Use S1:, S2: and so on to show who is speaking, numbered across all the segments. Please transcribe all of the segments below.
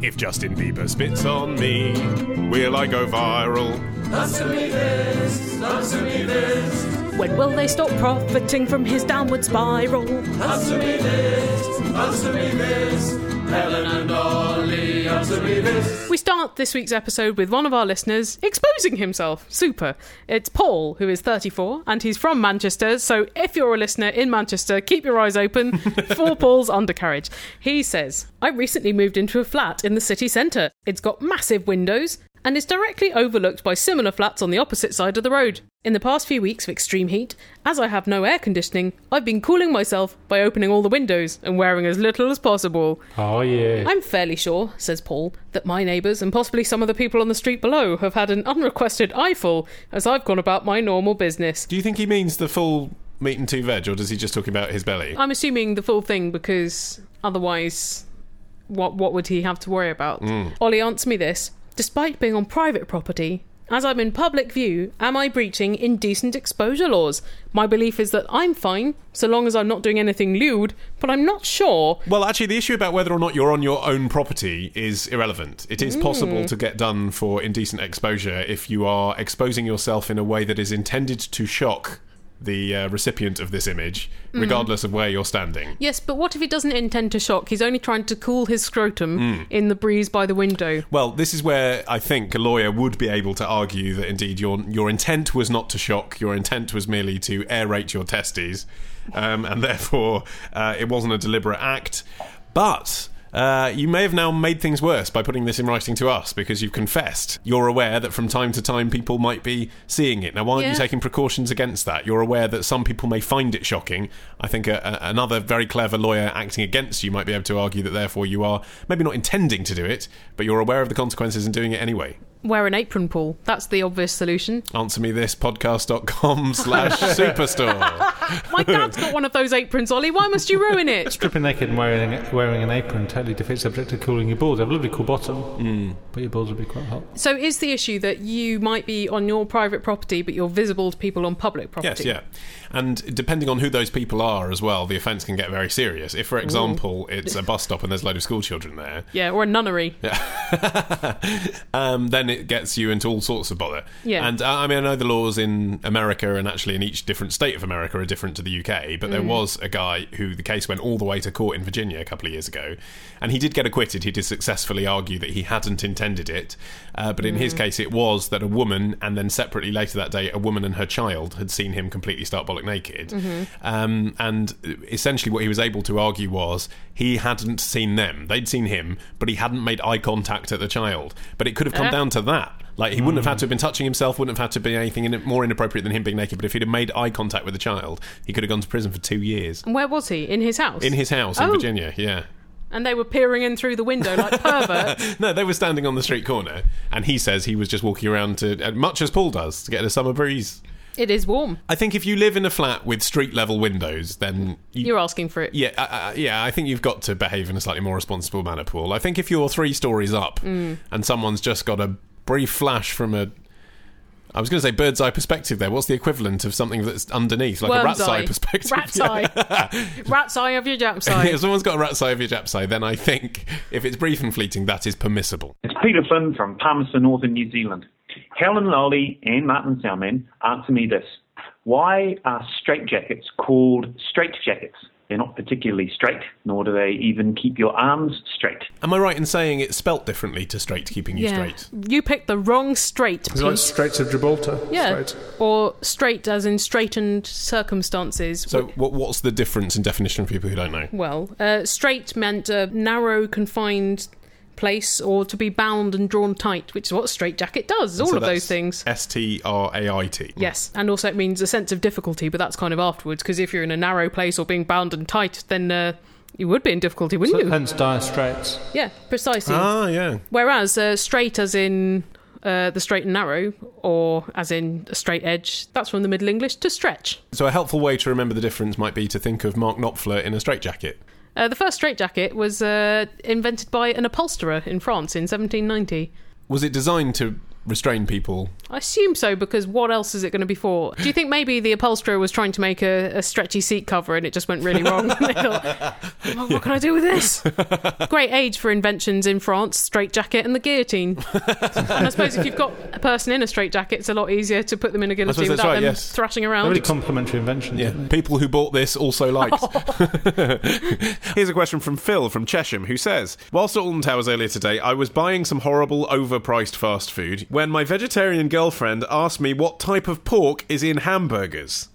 S1: If Justin Bieber spits on me, will I go viral?
S2: When will they stop profiting from his downward spiral? We start this week's episode with one of our listeners exposing himself. Super. It's Paul, who is 34, and he's from Manchester. So if you're a listener in Manchester, keep your eyes open for Paul's undercarriage. He says, I recently moved into a flat in the city centre. It's got massive windows and is directly overlooked by similar flats on the opposite side of the road. In the past few weeks of extreme heat, as I have no air conditioning, I've been cooling myself by opening all the windows and wearing as little as possible.
S3: Oh yeah.
S2: I'm fairly sure, says Paul, that my neighbours and possibly some of the people on the street below have had an unrequested eyeful as I've gone about my normal business.
S1: Do you think he means the full meat and two veg, or does he just talk about his belly?
S2: I'm assuming the full thing because otherwise, what what would he have to worry about? Ollie, answer me this: Despite being on private property, as I'm in public view, am I breaching indecent exposure laws? My belief is that I'm fine so long as I'm not doing anything lewd, but I'm not sure.
S1: Well, actually, the issue about whether or not you're on your own property is irrelevant. It is possible to get done for indecent exposure if you are exposing yourself in a way that is intended to shock the uh, recipient of this image, regardless of where you're standing.
S2: Yes, but what if he doesn't intend to shock? He's only trying to cool his scrotum
S1: Hmm.
S2: in the breeze by the window.
S1: Well, this is where I think a lawyer would be able to argue that indeed your your intent was not to shock, your intent was merely to aerate your testes, um, and therefore uh, it wasn't a deliberate act. But uh, you may have now made things worse by putting this in writing to us because you've confessed. You're aware that from time to time people might be seeing it. Now, why aren't you
S2: Yeah.
S1: taking precautions against that? You're aware that some people may find it shocking. I think a, a, another very clever lawyer acting against you might be able to argue that therefore you are maybe not intending to do it, but you're aware of the consequences and doing it anyway.
S2: Wear an apron, Paul. That's the obvious solution.
S1: Answer me this podcast.com slash superstore.
S2: My dad's got one of those aprons, Ollie. Why must you ruin it?
S3: Stripping naked and wearing wearing an apron totally defeats the object of cooling your balls. Have a lovely cool bottom, but your balls will be quite hot.
S2: So is the issue that you might be on your private property, but you're visible to people on public
S1: Yes,
S2: property?
S1: yeah. And depending on who those people are as well, the offence can get very serious. If, for example, it's a bus stop and there's a load of school children there,
S2: Yeah, or a nunnery.
S1: um, then it gets you into all sorts of bother.
S2: Yeah.
S1: And uh, I mean, I know the laws in America and actually in each different state of America are different to the UK, but there was a guy who the case went all the way to court in Virginia a couple of years ago, and he did get acquitted. He did successfully argue that he hadn't intended it, uh, but in his case, it was that a woman, and then separately later that day, a woman and her child had seen him completely start bollock naked. Um, and essentially, what he was able to argue was he hadn't seen them. They'd seen him, but he hadn't made eye contact at the child. But it could have come
S2: Ah.
S1: down to that. Like, he wouldn't have had to have been touching himself, wouldn't have had to be anything in more inappropriate than him being naked. But if he'd have made eye contact with the child, he could have gone to prison for two years.
S2: And where was he? In his house.
S1: In his house in
S2: Oh.
S1: Virginia, yeah.
S2: And they were peering in through the window like perverts.
S1: No, they were standing on the street corner, and he says he was just walking around to, uh, much as Paul does, to get a summer breeze.
S2: it is warm.
S1: I think if you live in a flat with street level windows, then you,
S2: You're asking for it.
S1: Yeah, uh, uh, yeah. I think you've got to behave in a slightly more responsible manner, Paul. I think if you're three stories up
S2: Mm.
S1: and someone's just got a brief flash from a, I was going to say bird's eye perspective. There, what's the equivalent of something that's underneath, like a rat's eye, perspective?
S2: Rat's
S1: Yeah.
S2: eye. rat's eye of your jap's eye.
S1: If someone's got a rat's eye of your jap's eye, then I think if it's brief and fleeting, that is permissible.
S4: It's Peter Finn from Palmerston, Northern New Zealand. Helen Lolly and Martin Salman answer me this. Why are straitjackets called straitjackets? They're not particularly straight, nor do they even keep your arms straight.
S1: Am I right in saying it's spelt differently to straight, keeping you
S2: yeah.
S1: straight?
S2: You picked the wrong straight.
S3: It's like Straits of Gibraltar.
S2: Yeah.
S3: Straight.
S2: Or straight as in straightened circumstances.
S1: So, what, what's the difference in definition for people who don't know?
S2: Well, uh, straight meant a narrow, confined place or to be bound and drawn tight, which is what a straitjacket does, all
S1: So
S2: of
S1: that's
S2: those things.
S1: S T R A I T.
S2: Yes, and also it means a sense of difficulty, but that's kind of afterwards, because if you're in a narrow place or being bound and tight, then uh, you would be in difficulty, wouldn't you?
S3: Hence dire straits.
S2: Yeah, precisely.
S1: Ah, yeah.
S2: Whereas uh, straight, as in uh, the straight and narrow, or as in a straight edge, that's from the Middle English to stretch.
S1: So a helpful way to remember the difference might be to think of Mark Knopfler in a straitjacket.
S2: Uh, the first straitjacket was uh, invented by an upholsterer in France in 1790.
S1: Was it designed to restrain people.
S2: I assume so because what else is it going to be for? Do you think maybe the upholsterer was trying to make a, a stretchy seat cover and it just went really wrong? and they thought, "Well, what can I do with this? Great age for inventions in France: straitjacket and the guillotine. and I suppose if you've got a person in a straitjacket, it's a lot easier to put them in a guillotine
S1: that's
S2: without
S1: right,
S2: them
S1: yes.
S2: thrashing
S3: A
S2: around.
S3: really complimentary invention.
S1: Yeah, people who bought this also liked.
S5: Here's a question from Phil from Chesham, who says Whilst at Alton Towers earlier today, I was buying some horrible, overpriced fast food when my vegetarian girlfriend asked me what type of pork is in hamburgers.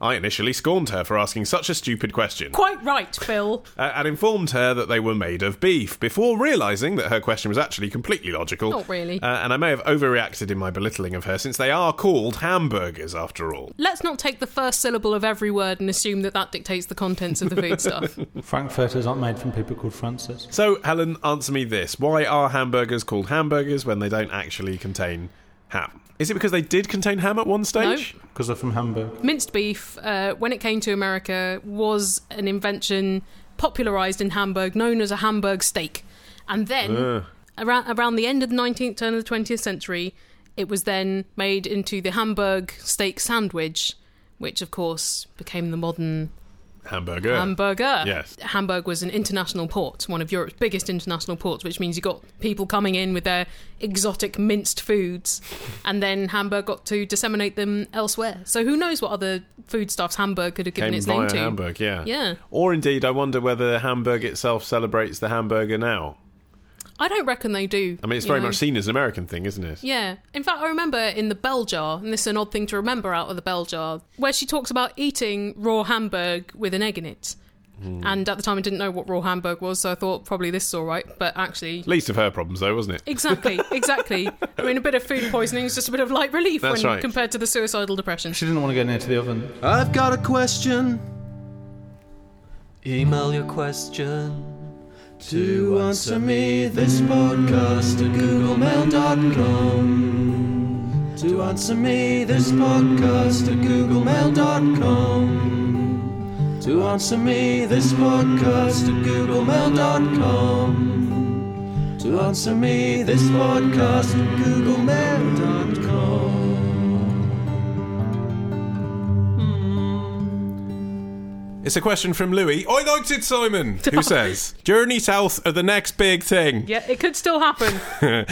S5: I initially scorned her for asking such a stupid question
S2: Quite right, Phil.
S5: uh, and informed her that they were made of beef before realizing that her question was actually completely logical.
S2: Not really.
S5: Uh, and I may have overreacted in my belittling of her since they are called hamburgers after all.
S2: Let's not take the first syllable of every word and assume that that dictates the contents of the food stuff.
S3: Frankfurters aren't made from people called Francis.
S5: So, Helen, answer me this. Why are hamburgers called hamburgers when they don't actually contain ham? Is it because they did contain ham at one stage?
S3: Because they're from Hamburg.
S2: minced beef, uh, when it came to America, was an invention popularized in Hamburg, known as a Hamburg steak. And then, around, around the end of the 19th, turn of the 20th century, it was then made into the Hamburg steak sandwich, which, of course, became the modern
S5: Hamburger.
S2: hamburger.
S5: Yes.
S2: Hamburg was an international port, one of Europe's biggest international ports, which means you got people coming in with their exotic minced foods, and then Hamburg got to disseminate them elsewhere. So who knows what other foodstuffs Hamburg could have given
S5: Came
S2: its
S5: via
S2: name to?
S5: Hamburg, yeah.
S2: Yeah.
S5: Or indeed, I wonder whether Hamburg itself celebrates the hamburger now.
S2: I don't reckon they do.
S5: I mean, it's
S2: you
S5: very
S2: know.
S5: much seen as an American thing, isn't it?
S2: Yeah. In fact, I remember in the bell jar, and this is an odd thing to remember out of the bell jar, where she talks about eating raw Hamburg with an egg in it.
S5: Hmm.
S2: And at the time, I didn't know what raw Hamburg was, so I thought probably this is all right. But actually,
S5: Least of her problems, though, wasn't it?
S2: Exactly, exactly. I mean, a bit of food poisoning is just a bit of light relief
S5: That's
S2: when
S5: right.
S2: compared to the suicidal depression.
S3: She didn't want to get near to the oven.
S6: I've got a question. Email your question to answer me this podcast at googlemail.com. To answer me this podcast at googlemail.com. To answer me this podcast at googlemail.com. To answer me this podcast at googlemail.com.
S1: It's a question from Louis. I liked it, Simon. Who says journey south are the next big thing?
S2: Yeah, it could still happen.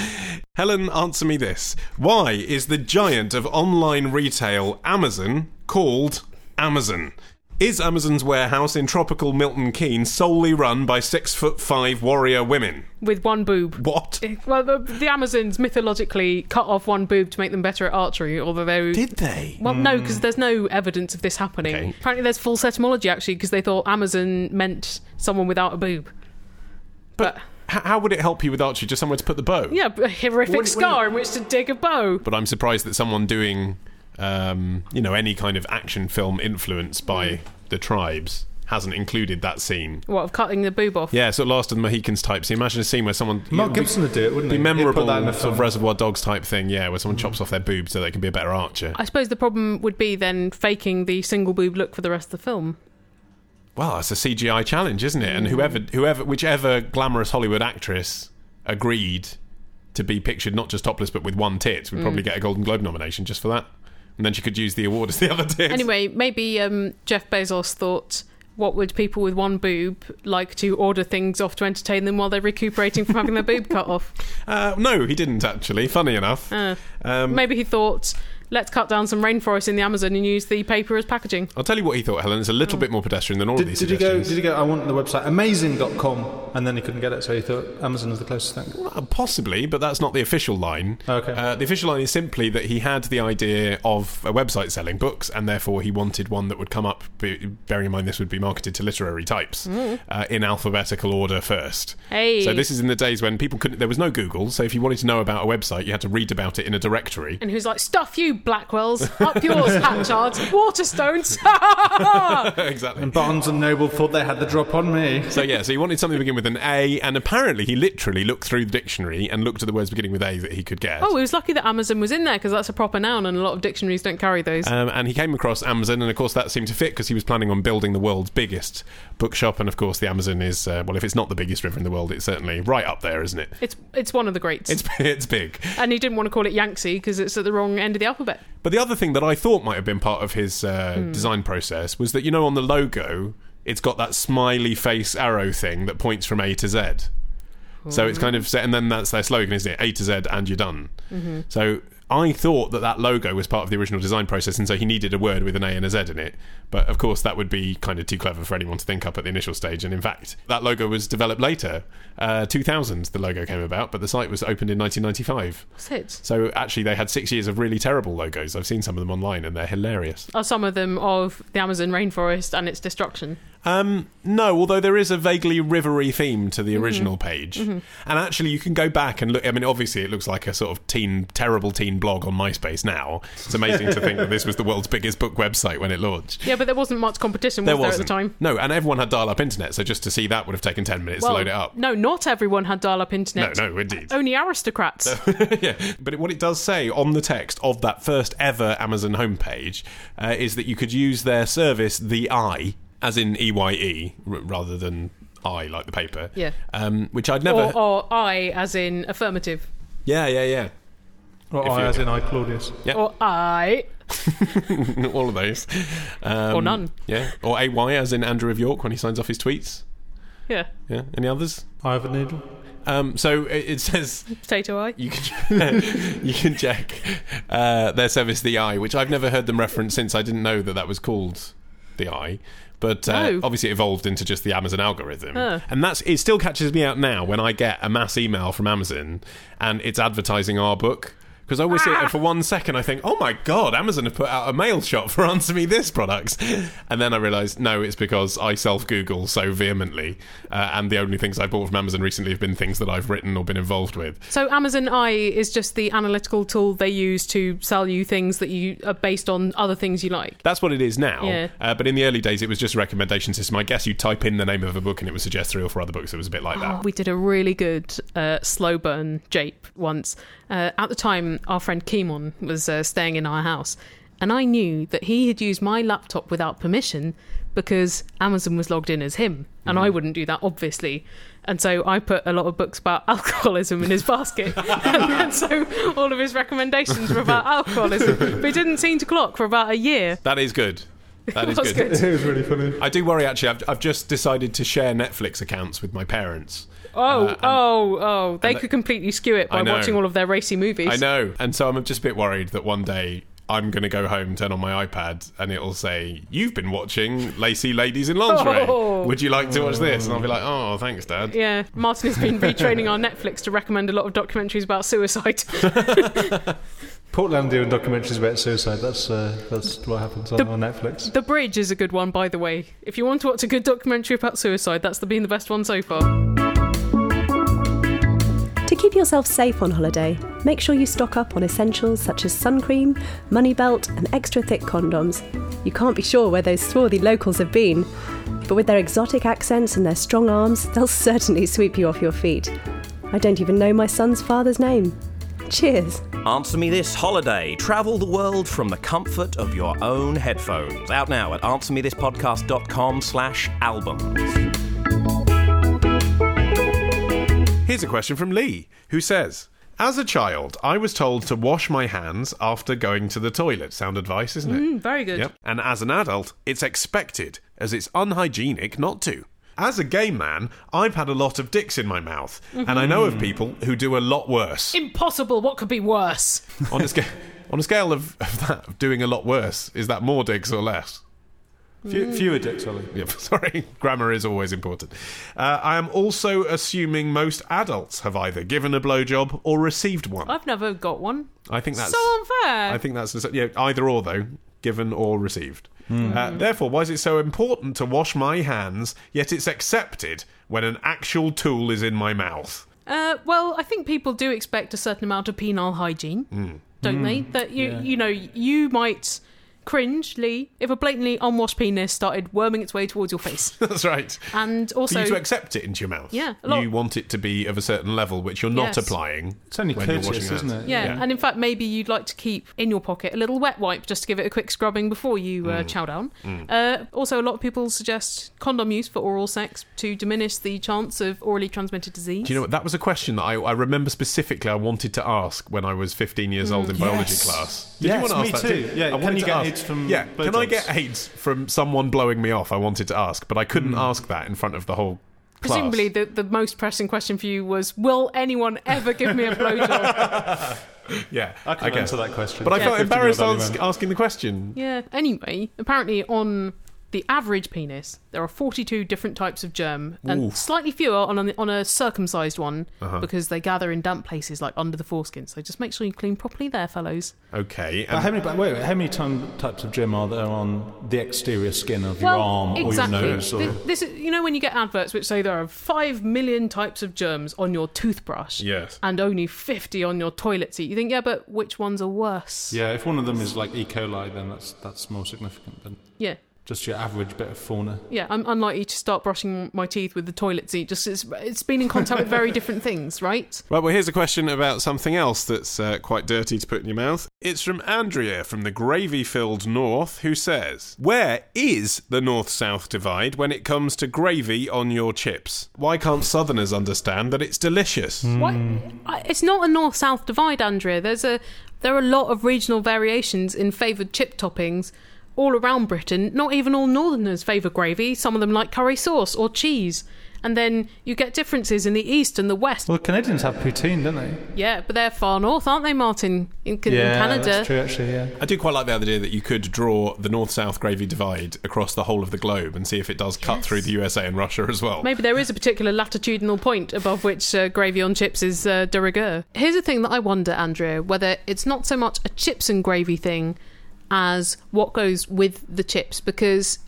S1: Helen, answer me this: Why is the giant of online retail Amazon called Amazon? Is Amazon's warehouse in tropical Milton Keynes solely run by six foot five warrior women?
S2: With one boob.
S1: What?
S2: Well, the, the Amazons mythologically cut off one boob to make them better at archery, although they
S1: Did they?
S2: Well, no, because there's no evidence of this happening.
S1: Okay.
S2: Apparently, there's false etymology actually, because they thought Amazon meant someone without a boob. But
S1: H- how would it help you with archery? Just somewhere to put the bow?
S2: yeah, a horrific scar in which to dig a bow.
S1: But I'm surprised that someone doing, um, you know, any kind of action film influenced by the tribes hasn't included that scene.
S2: What of cutting the boob off?
S1: Yeah, so Last of the Mohicans type. So you imagine a scene where someone
S3: Mark
S1: it'd be-
S3: Gibson would do it, wouldn't he?
S1: be
S3: He'd put
S1: memorable
S3: that in the
S1: sort of
S3: film.
S1: Reservoir Dogs type thing. Yeah, where someone chops off their boob so they can be a better archer.
S2: I suppose the problem would be then faking the single boob look for the rest of the film.
S1: well, it's a CGI challenge, isn't it? And whoever, whoever, whichever glamorous Hollywood actress agreed to be pictured not just topless but with one tit would probably get a Golden Globe nomination just for that. And then she could use the award as the other tit.
S2: Anyway, maybe um, Jeff Bezos thought, what would people with one boob like to order things off to entertain them while they're recuperating from having their boob cut off?
S1: Uh, no, he didn't actually. Funny enough,
S2: Uh.
S1: um,
S2: Maybe he thought, let's cut down some rainforest in the Amazon and use the paper as packaging.
S1: I'll tell you what he thought. Helen, it's a little bit more pedestrian than all of
S3: Did,
S1: these
S3: did he go?
S1: suggestions.
S3: Did he go? I want the website amazing.com, and then he couldn't get it, so he thought Amazon is the closest thing.
S1: Uh, Possibly, but that's not the official line.
S3: Okay.
S1: Uh, the official line is simply that he had the idea of a website selling books, and therefore he wanted one that would come up. Be, bearing in mind, this would be marketed to literary types uh, in alphabetical order first.
S2: Mm. Hey.
S1: So this is in the days when people couldn't. There was no Google, so if you wanted to know about a website, you had to read about it in a directory.
S2: And he was like, stuff you, Blackwells. Up yours, Hatchards. Waterstones. Oh,
S1: exactly.
S3: Barnes and Noble thought they had the drop on me.
S1: So yeah, so he wanted something to begin with an A, and apparently he literally looked through the dictionary and looked at the words beginning with A that he could get.
S2: oh, it was lucky that Amazon was in there because that's a proper noun and a lot of dictionaries don't carry those.
S1: Um, and he came across Amazon, and of course that seemed to fit because he was planning on building the world's biggest bookshop. And of course, the Amazon is uh, well, if it's not the biggest river in the world, it's certainly right up there, isn't it?
S2: it's it's one of the greats.
S1: It's it's big.
S2: and he didn't want to call it Yangtze because it's at the wrong end of the alphabet.
S1: But the other thing that I thought might have been part of his uh, design process was that you know on the logo, it's got that smiley face arrow thing that points from A to Z. So it's kind of set, and then that's their slogan, isn't it? A to Z, and you're done. So I thought that that logo was part of the original design process, and so he needed a word with an A and a Z in it. But of course, that would be kind of too clever for anyone to think up at the initial stage. And in fact, that logo was developed later. Uh, 2000, the logo came about, but the site was opened in 1995.
S2: What's it?
S1: So actually, they had six years of really terrible logos. I've seen some of them online, and they're hilarious.
S2: Are some of them of the Amazon rainforest and its destruction?
S1: Um, no, although there is a vaguely rivery theme to
S2: Mm-hmm.
S1: the original page, and actually, you can go back and look. I mean, obviously, it looks like a sort of teen, terrible teen blog on MySpace now. It's amazing to think that this was the world's biggest book website when it launched.
S2: Yeah, but there wasn't much competition was
S1: There
S2: there,
S1: wasn't
S2: at the time.
S1: No, and everyone had dial-up internet, so just to see that would have taken ten minutes to load it up.
S2: No, not everyone had dial-up internet.
S1: No, no, indeed.
S2: Only aristocrats.
S1: yeah, but what it does say on the text of that first ever Amazon homepage uh, is that you could use their service, the I, as in E Y E, r- rather than I like the paper.
S2: Yeah.
S1: Um, which I'd never.
S2: or, or I, as in affirmative.
S1: Yeah, yeah, yeah.
S3: Or I,
S1: you-
S3: as in I, Claudius.
S2: Or I,
S1: All of those. Um,
S2: or none.
S1: Yeah. Or A Y as in Andrew of York when he signs off his tweets.
S2: Yeah,
S1: Yeah. Any others?
S3: I have a needle.
S1: Um, so it, it says
S2: potato I.
S1: you can you can check uh, their service the eye which i've never heard them reference since i didn't know that that was called the eye but uh,
S2: No.
S1: obviously it evolved into just the amazon algorithm
S2: Oh.
S1: and that's it still catches me out now when i get a mass email from amazon and it's advertising our book because I always see it, and for one second I think, oh my god, Amazon have put out a mail shot for Answer Me This products. And then I realise, no, it's because I self Google so vehemently. Uh, and the only things I bought from Amazon recently have been things that I've written or been involved with.
S2: So Amazon I is just the analytical tool they use to sell you things that you are based on other things you like.
S1: That's what it is now.
S2: Yeah.
S1: Uh, but in the early days, it was just a recommendation system. I guess you type in the name of a book and it would suggest three or four other books. It was a bit like that.
S2: We did a really good uh, slow burn jape once. Uh, at the time, our friend Kimon was uh, staying in our house, and I knew that he had used my laptop without permission because Amazon was logged in as him, and
S1: Mm.
S2: I wouldn't do that, obviously. And so I put a lot of books about alcoholism in his basket. and then so all of his recommendations were about alcoholism. But it didn't seem to clock for about a year.
S1: That is good. That is
S2: That's
S1: good. Uh,
S2: good.
S3: It was really funny.
S1: I do worry, actually. I've, I've just decided to share Netflix accounts with my parents.
S2: Oh,
S1: Uh, and-
S2: oh, oh. They
S1: the-
S2: could completely skew it
S1: I
S2: by
S1: know.
S2: watching all of their racy movies.
S1: I know. And so I'm just a bit worried that one day I'm going to go home, turn on my iPad, and it'll say, You've been watching Lacey Ladies in Lingerie.
S2: Oh.
S1: Would you like to watch this? And I'll be like, Oh, thanks, Dad.
S2: Yeah, Martin has been retraining our Netflix to recommend a lot of documentaries about suicide.
S3: Portland doing documentaries about suicide. That's uh, that's what happens on, on Netflix.
S2: the Bridge is a good one, by the way. If you want to watch a good documentary about suicide, that's the, been the best one so far.
S7: To keep yourself safe on holiday, make sure you stock up on essentials such as sun cream, money belt, and extra thick condoms. You can't be sure where those swarthy locals have been, but with their exotic accents and their strong arms, they'll certainly sweep you off your feet. I don't even know my son's father's name. Cheers!
S8: Answer Me This Holiday. Travel the world from the comfort of your own headphones. Out now at answermethispodcast.com slash albums.
S5: Here's a question from Lee, who says, As a child, I was told to wash my hands after going to the toilet. Sound advice, isn't it?
S3: Mm.
S2: Mm, Very good.
S5: Yep. And as an adult, it's expected, as it's unhygienic not to. As a gay man, I've had a lot of dicks in my mouth, and I know
S3: Mm-hmm.
S5: of people who do a lot worse.
S2: Impossible. What could be worse?
S5: on a scale, on a scale of, of that, of doing a lot worse, is that more dicks or less?
S3: fewer dicks, Ollie.
S5: Yep, sorry, grammar is always important. Uh, I am also assuming most adults have either given a blowjob or received one.
S2: I've never got one.
S5: I think that's
S2: so unfair.
S5: I think that's yeah, either or though, given or received. Uh, therefore, why is it so important to wash my hands? Yet it's accepted when an actual tool is in my mouth. Hmm.
S2: uh, well, I think people do expect a certain amount of penile hygiene. don't they? That you you know you might cringe, Lee, if a blatantly unwashed penis started worming its way towards your face,
S1: That's right.
S2: and
S1: For
S2: also
S1: you to accept it into your mouth.
S2: Uh, Yeah, a lot-
S1: You want it to be of a certain level, which you're not
S2: Yes.
S1: applying.
S3: It's only
S1: when you're
S3: courteous,
S1: washing
S3: isn't
S1: hands.
S3: it?
S2: Yeah,
S1: Yeah.
S2: and in fact, maybe you'd like to keep in your pocket a little wet wipe just to give it a quick scrubbing before you
S1: Mm.
S2: uh, chow down. Uh, also, a lot of people suggest condom use for oral sex to diminish the chance of orally transmitted disease.
S1: Do you know what? That was a question that I, I remember specifically I wanted to ask when I was 15 years old in biology
S3: Mm. Yes.
S1: class.
S3: Yes,
S1: you want
S3: me
S1: to ask that
S3: too. Yeah,
S1: I
S3: can
S1: wanted
S3: you
S1: to
S3: get
S1: ask-
S3: AIDS from
S1: Yeah, can I
S3: blowjobs?
S1: get AIDS from someone blowing me off? I wanted to ask, but I couldn't
S3: Mm.
S1: ask that in front of the whole class.
S2: Presumably, the, the most pressing question for you was, will anyone ever give me a blowjob?
S1: yeah,
S3: I can
S1: guess.
S3: answer that question.
S1: But I felt
S3: 15 year old
S1: embarrassed
S3: only
S1: ask,
S3: man.
S1: asking the question.
S2: yeah. Anyway, apparently on the average penis, there are 42 different types of germ, and
S1: Oof. Uh-huh.
S2: slightly fewer on a, on a circumcised one because they gather in damp places like under the foreskin. So just make sure you clean properly there, fellows.
S1: Okay,
S3: But
S1: and
S3: How many, but wait, wait, how many ton, types of germ are there on the exterior skin of your arm
S2: exactly.
S3: or your nose? Or,
S2: Th- this is, you know when you get adverts which say there are five million types of germs on your toothbrush,
S1: Yes.
S2: and only fifty on your toilet seat. You think, yeah, but which ones are worse?
S3: yeah, if one of them is like E. coli, then that's that's more significant than
S2: yeah,
S3: just your average bit of fauna.
S2: yeah. I'm unlikely to start brushing my teeth with the toilet seat. Just it's, it's been in contact with very different things, right?
S5: Right, well, here's a question about something else that's uh, quite dirty to put in your mouth. It's from Andrea from the gravy filled North, who says, Where is the North South divide when it comes to gravy on your chips?
S1: why can't Southerners understand that it's delicious?
S3: Hmm.
S2: What? I- It's not a north-south divide, Andrea. There's a there are a lot of regional variations in favoured chip toppings all around Britain. Not even all Northerners favour gravy. Some of them like curry sauce or cheese. And then you get differences in the east and the west.
S3: Well, Canadians have poutine, don't they?
S2: Yeah, but they're far north, aren't they, Martin? In, in Canada.
S3: that's true. Actually, yeah.
S1: I do quite like the idea that you could draw the north south gravy divide across the whole of the globe and see if it does cut through the USA and Russia as well.
S2: Maybe there is a particular latitudinal point above which uh, gravy on chips is uh, de rigueur. Here's the thing that I wonder, Andrea, whether it's not so much a chips and gravy thing as what goes with the chips, because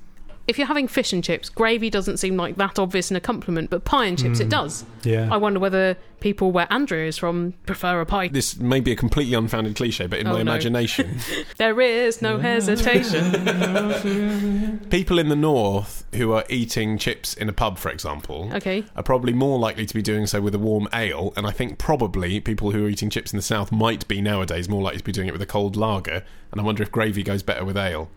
S2: if you're having fish and chips, gravy doesn't seem like that obvious in a compliment, but pie and chips it does.
S3: Hmm. Yeah.
S2: I wonder whether people where Andrea is from prefer a pie.
S1: This may be a completely unfounded cliche, but in
S2: Oh,
S1: my
S2: no.
S1: imagination,
S2: There is no hesitation.
S1: people in the north who are eating chips in a pub, for example,
S2: Okay.
S1: are probably more likely to be doing so with a warm ale, and I think probably people who are eating chips in the south might be nowadays more likely to be doing it with a cold lager. And I wonder if gravy goes better with ale.
S2: I-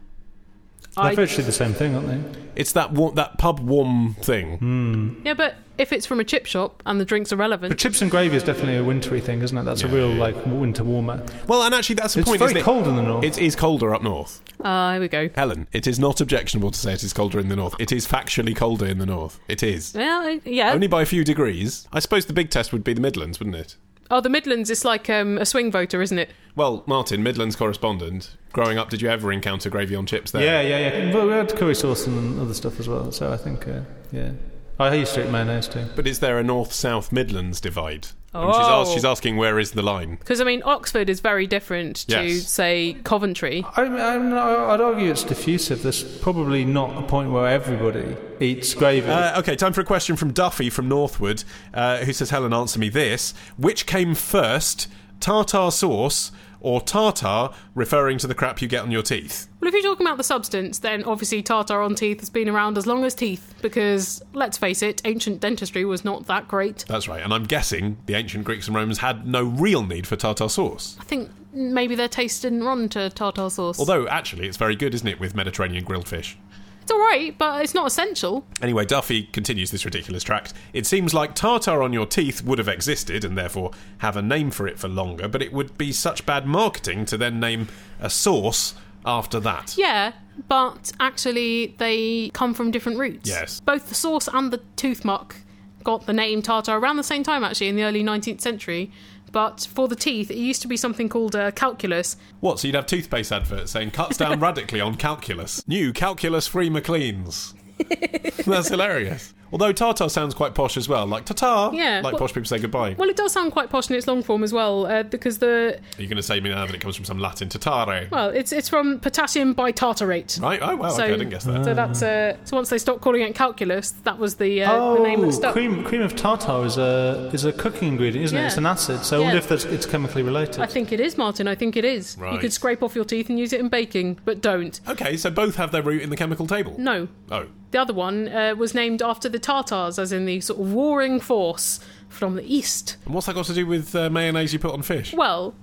S3: They're virtually the same thing, aren't they?
S1: It's that wa- that pub warm thing.
S3: Hmm.
S2: yeah, but if it's from a chip shop and the drinks are
S3: But
S2: relevant,
S3: chips and gravy is definitely a wintry thing, isn't it? That's a real like winter warmer.
S1: Well, and actually, that's the
S3: It's
S1: point.
S3: very
S1: isn't it?
S3: cold in the north.
S1: It is colder up north.
S2: ah, here we go.
S1: Helen, it is not objectionable to say it is colder in the north. It is factually colder in the north. It is.
S2: Well, I- yeah.
S1: Only by a few degrees. I suppose the big test would be the Midlands, wouldn't it?
S2: oh, the Midlands is like um, a swing voter, isn't it?
S1: Well, Martin, Midlands correspondent, growing up, did you ever encounter gravy on chips there?
S3: yeah, yeah, yeah. But we had curry sauce and other stuff as well. So I think, uh, yeah. I used to eat mayonnaise too.
S1: But is there a north south Midlands divide? And she's,
S2: Oh.
S1: asked, she's asking, where is the line?
S2: Because I mean, Oxford is very different to
S1: Yes.
S2: say Coventry.
S3: I, I, I'd argue it's diffusive. There's probably not a point where everybody eats gravy.
S1: Uh, okay, time for a question from Duffy from Northwood, uh, who says, Helen, answer me this. Which came first, tartar sauce or tartar, referring to the crap you get on your teeth?
S2: Well, if you're talking about the substance, then obviously tartar on teeth has been around as long as teeth. Because let's face it, ancient dentistry was not that great.
S1: That's right, and I'm guessing the ancient Greeks and Romans had no real need for tartar sauce.
S2: I think maybe their taste didn't run to tartar sauce.
S1: Although, actually, it's very good, isn't it, with Mediterranean grilled fish?
S2: it's all right, but it's not essential.
S1: Anyway, Duffy continues this ridiculous tract. It seems like tartar on your teeth would have existed and therefore have a name for it for longer, but it would be such bad marketing to then name a sauce after that.
S2: Yeah, but actually they come from different roots.
S1: Yes.
S2: Both the sauce and the tooth muck got the name tartar around the same time, actually, in the early 19th century. But for the teeth, it used to be something called uh, calculus,
S1: What? So you'd have toothpaste adverts saying cuts down radically on calculus. New calculus free McLean's. That's hilarious. Although Tartar sounds quite posh as well, like Tartar.
S2: Yeah,
S1: Like
S2: well-
S1: posh people say goodbye.
S2: Well, it does sound quite posh in its long form as well, uh, because the
S1: Are you going to say me now that it comes from some Latin Tartare?
S2: well, it's it's from potassium bitartarate.
S1: right? Oh, wow.
S2: so-
S1: okay, I didn't guess that.
S2: So that's uh, so once they stopped calling it calculus, that was the, uh,
S3: oh,
S2: the name that stuck.
S3: cream cream of tartar is a is a cooking ingredient, isn't it?
S2: Yeah.
S3: It's an acid, so I
S2: Yeah.
S3: wonder if that's, it's chemically related.
S2: I think it is, Martin. I think it is. You
S1: Right.
S2: could scrape off your teeth and use it in baking, but don't.
S1: Okay, so both have their root in the chemical table.
S2: No.
S1: Oh,
S2: The other one uh, was named after the Tartars, as in the sort of warring force from the east.
S1: and what's that got to do with uh, mayonnaise you put on fish?
S2: Well,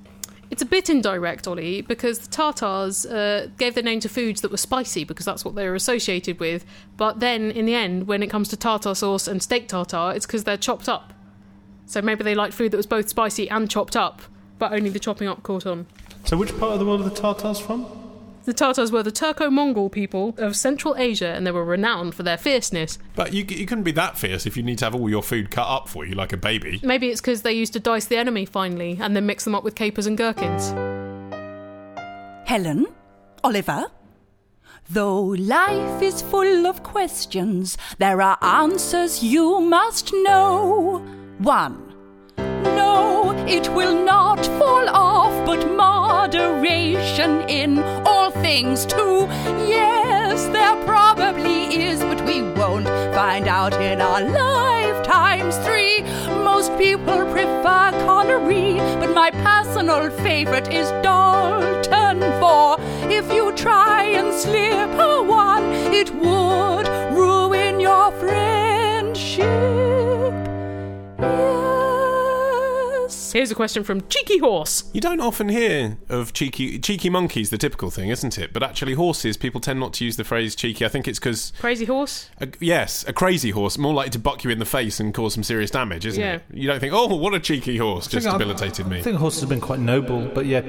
S2: it's a bit indirect, Ollie, because the Tartars uh, gave their name to foods that were spicy because that's what they were associated with. But then, in the end, when it comes to tartar sauce and steak tartare, it's because they're chopped up. So maybe they liked food that was both spicy and chopped up, but only the chopping up caught on.
S3: So, which part of the world are the tartars from?
S2: The Tartars were the Turco-Mongol people of Central Asia, and they were renowned for their fierceness.
S1: But you, you couldn't be that fierce if you need to have all your food cut up for you like a baby.
S2: Maybe it's because they used to dice the enemy finely, and then mix them up with capers and gherkins.
S9: Helen, Oliver. Though life is full of questions, there are answers you must know. One. No, it will not fall off, but moderation in all things. Two. Yes, there probably is, but we won't find out in our lifetimes. Three. Most people prefer Connery, but my personal favorite is Dalton. Four. If you try and slip a one, it would ruin your friendship. Yes.
S2: Here's a question from Cheeky Horse.
S1: You don't often hear of cheeky cheeky monkeys, the typical thing, isn't it? But actually, horses, people tend not to use the phrase cheeky. I think it's because,
S2: Crazy horse?
S1: yes, a crazy horse more likely to buck you in the face and cause some serious damage, isn't
S2: Yeah.
S1: it? You don't think, oh, what a cheeky horse, just debilitated
S3: I,
S1: me.
S3: think horses have been quite noble, but yeah,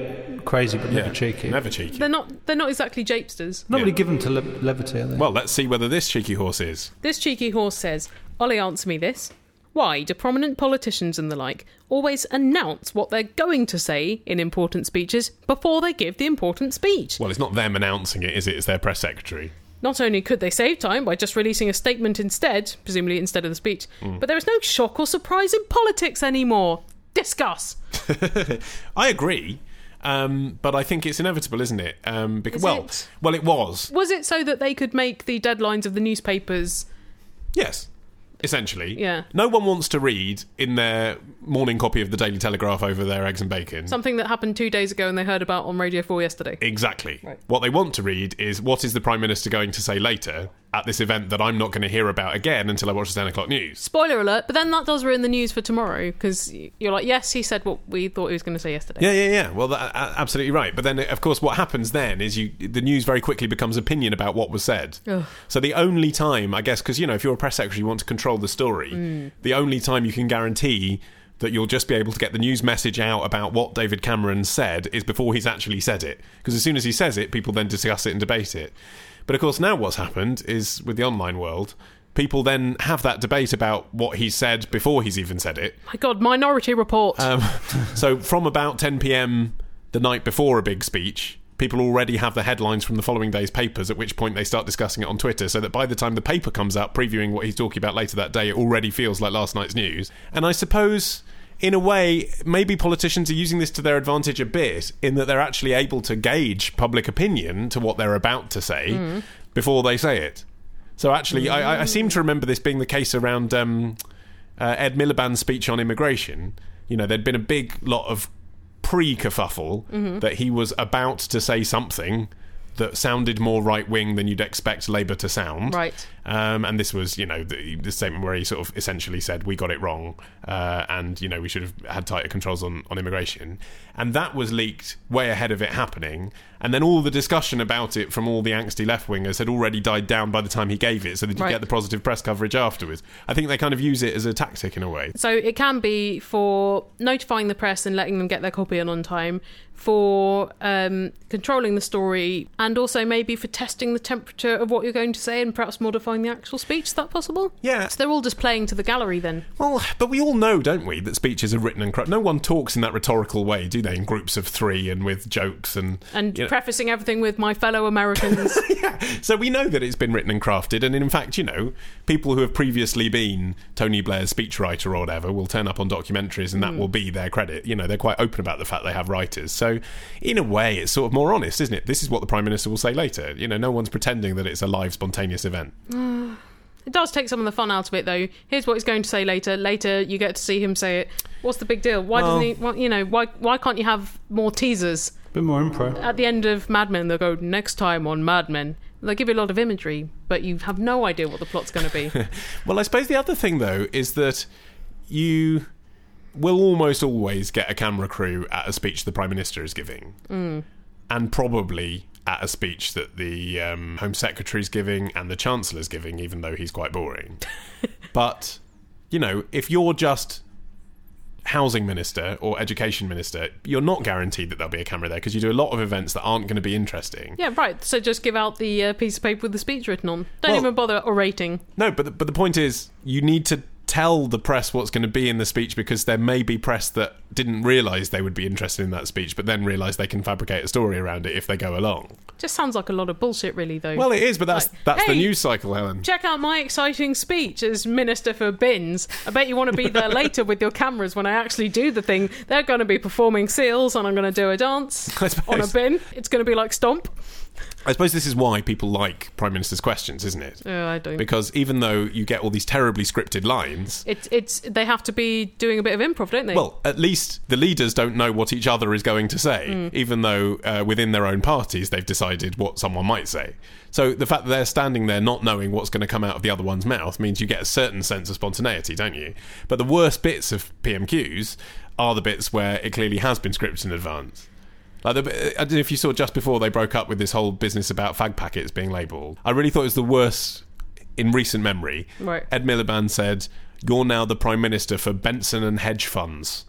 S3: crazy, but
S1: Yeah,
S3: never cheeky.
S1: Never cheeky.
S2: They're not. They're not exactly japesters.
S3: Not really
S1: Yeah.
S3: given to le- levity, are they?
S1: well, let's see whether this cheeky horse is.
S2: This cheeky horse says, "Ollie, answer me this: Why do prominent politicians and the like always announce what they're going to say in important speeches before they give the important speech?
S1: Well, it's not them announcing it, is it? It's their press secretary.
S2: Not only could they save time by just releasing a statement instead, presumably instead of the speech,
S1: Mm.
S2: but there is no shock or surprise in politics anymore. Discuss.
S1: I agree, um, but I think it's inevitable, isn't it? Um, because
S2: Is
S1: well,
S2: it?
S1: well, it was.
S2: Was it so that they could make the deadlines of the newspapers?
S1: Yes. Essentially.
S2: Yeah.
S1: No one wants to read in their morning copy of the Daily Telegraph over their eggs and bacon.
S2: Something that happened two days ago and they heard about on Radio 4 yesterday.
S1: exactly. What they want to read is what is the Prime Minister going to say later at this event that I'm not going to hear about again until I watch the 10 o'clock news.
S2: Spoiler alert, but then that does ruin the news for tomorrow because you're like, yes, he said what we thought he was going to say yesterday.
S1: Yeah, yeah, yeah. Well, that, uh, absolutely right. But then, of course, what happens then is you the news very quickly becomes opinion about what was said. So the only time, I guess, because you know, if you're a press secretary, you want to control the story. The only time you can guarantee that you'll just be able to get the news message out about what David Cameron said is before he's actually said it. Because as soon as he says it, people then discuss it and debate it. But of course, now what's happened is with the online world. People then have that debate about what he said before he's even said it.
S2: My God, Minority Report.
S1: Um, so from about 10 p.m. the night before a big speech, people already have the headlines from the following day's papers. At which point they start discussing it on Twitter, so that by the time the paper comes out previewing what he's talking about later that day, it already feels like last night's news. And I suppose. In a way, maybe politicians are using this to their advantage a bit, in that they're actually able to gauge public opinion to what they're about to say before they say it. So actually, I, I- I seem to remember this being the case around um, uh, Ed Miliband's speech on immigration. You know, there'd been a big lot of pre kerfuffle that he was about to say something that sounded more right wing than you'd expect Labour to sound.
S2: Right.
S1: Um, and this was, you know, the, the statement where he sort of essentially said, we got it wrong, uh, and, you know, we should have had tighter controls on, on immigration. And that was leaked way ahead of it happening. And then all the discussion about it from all the angsty left wingers had already died down by the time he gave it, so that you
S2: Right.
S1: get the positive press coverage afterwards. I think they kind of use it as a tactic in a way.
S2: so it can be for notifying the press and letting them get their copy in on time, for um, controlling the story, and also maybe for testing the temperature of what you're going to say and perhaps modifying following the actual speech. Is that possible?
S5: Yeah.
S2: So they're all just playing to the gallery then.
S5: Well, but we all know, don't we, that speeches are written and corrupt. No one talks in that rhetorical way, do they? In groups of three and with jokes and
S2: And
S5: you know-
S2: prefacing everything with my fellow Americans.
S5: yeah. So we know that it's been written and crafted, and in fact, you know, people who have previously been Tony Blair's speechwriter or whatever will turn up on documentaries,
S2: Mm.
S5: and that will be their credit. You know, they're quite open about the fact they have writers. So, in a way, it's sort of more honest, isn't it? This is what the prime minister will say later. You know, no one's pretending that it's a live, spontaneous event.
S2: it does take some of the fun out of it though. Here's what he's going to say later. Later you get to see him say it. What's the big deal? Why doesn't he why, you know, why why can't you have more teasers?
S10: bit more improv.
S2: At the end of Mad Men they'll go next time on Mad Men. They give you a lot of imagery, but you have no idea what the plot's going to be.
S5: Well, I suppose the other thing though is that you will almost always get a camera crew at a speech the prime minister is giving, and probably at a speech that the um, home secretary's giving and the chancellor's giving, even though he's quite boring. but you know, if you're just housing minister or education minister, you're not guaranteed that there'll be a camera there because you do a lot of events that aren't going to be interesting.
S2: yeah, right. So just give out the uh, piece of paper with the speech written on. Don't
S5: Well-
S2: even bother orating.
S5: No, but the, but the point is, you need to tell the press what's going to be in the speech because there may be press that didn't realise they would be interested in that speech, but then realise they can fabricate a story around it if they go along.
S2: Just sounds like a lot of bullshit really though.
S5: Well, it is, but that's
S2: Right.
S5: that's the
S2: Hey!
S5: news cycle, Helen.
S2: Check out my exciting speech as Minister for Bins. I bet you want to be there later with your cameras when I actually do the thing. They're going to be performing seals and I'm going to do a dance
S5: I suppose.
S2: on a bin. It's going to be like Stomp.
S5: I suppose this is why people like prime minister's questions, isn't it?
S2: Oh, I don't.
S5: Because even though you get all these terribly scripted lines.
S2: It's it's they have to be doing a bit of improv, don't they?
S5: Well, at least the leaders don't know what each other is going to say, even though uh, within their own parties they've decided what someone might say. So the fact that they're standing there not knowing what's going to come out of the other one's mouth means you get a certain sense of spontaneity, don't you? But the worst bits of PMQs are the bits where it clearly has been scripted in advance. Like the, I don't know if you saw just before they broke up with this whole business about fag packets being labelled. I really thought it was the worst in recent memory.
S2: Right.
S5: Ed Miliband said, "You're now the prime minister for Benson and hedge funds."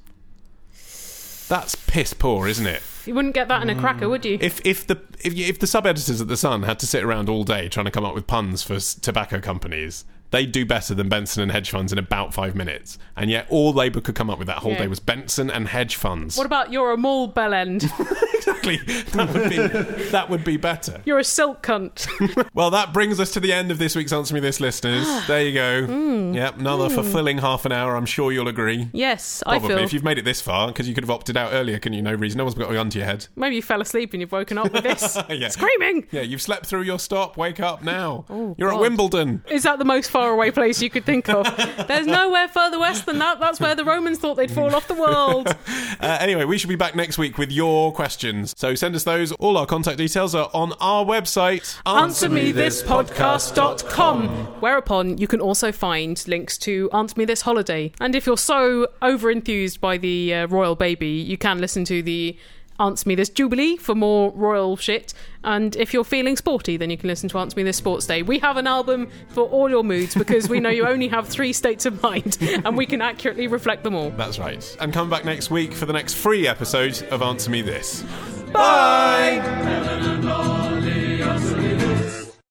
S5: That's piss poor, isn't it?
S2: you wouldn't get that in a cracker, would you?
S5: If if the if, you- if the sub editors at the Sun had to sit around all day trying to come up with puns for s- tobacco companies, they'd do better than Benson and hedge funds in about five minutes. And yet, all Labour could come up with that whole
S2: Yeah.
S5: day was Benson and hedge funds.
S2: what about you're a mall bell end?
S5: exactly? That would be that would be better.
S2: You're a silk cunt.
S5: Well, that brings us to the end of this week's Answer Me This, listeners. there you go.
S2: Hmm.
S5: Yep, another fulfilling half an hour. I'm sure you'll agree.
S2: yes, I
S5: Probably,
S2: feel.
S5: if you've made it this far, because you could have opted out earlier, couldn't you? No reason. No one's got a gun to your head.
S2: Maybe you fell asleep and you've woken up with this
S5: Yeah.
S2: screaming.
S5: Yeah, you've slept through your stop. Wake up now. You're at
S2: God.
S5: Wimbledon.
S2: Is that the most faraway place you could think of? There's nowhere further west than that. That's where the Romans thought they'd fall off the world.
S5: Uh, anyway, we should be back next week with your questions. So send us those. All our contact details are on our website.
S2: AnswerMeThisPodcast.com, whereupon you can also find links to Answer Me This Holiday. And if you're so overenthused by the uh, royal baby, you can listen to the Answer Me This Jubilee for more royal shit. And if you're feeling sporty, then you can listen to Answer Me This Sports Day. We have an album for all your moods because we know you only have three states of mind and we can accurately reflect them all.
S5: That's right. And come back next week for the next free episode of Answer Me This. Bye.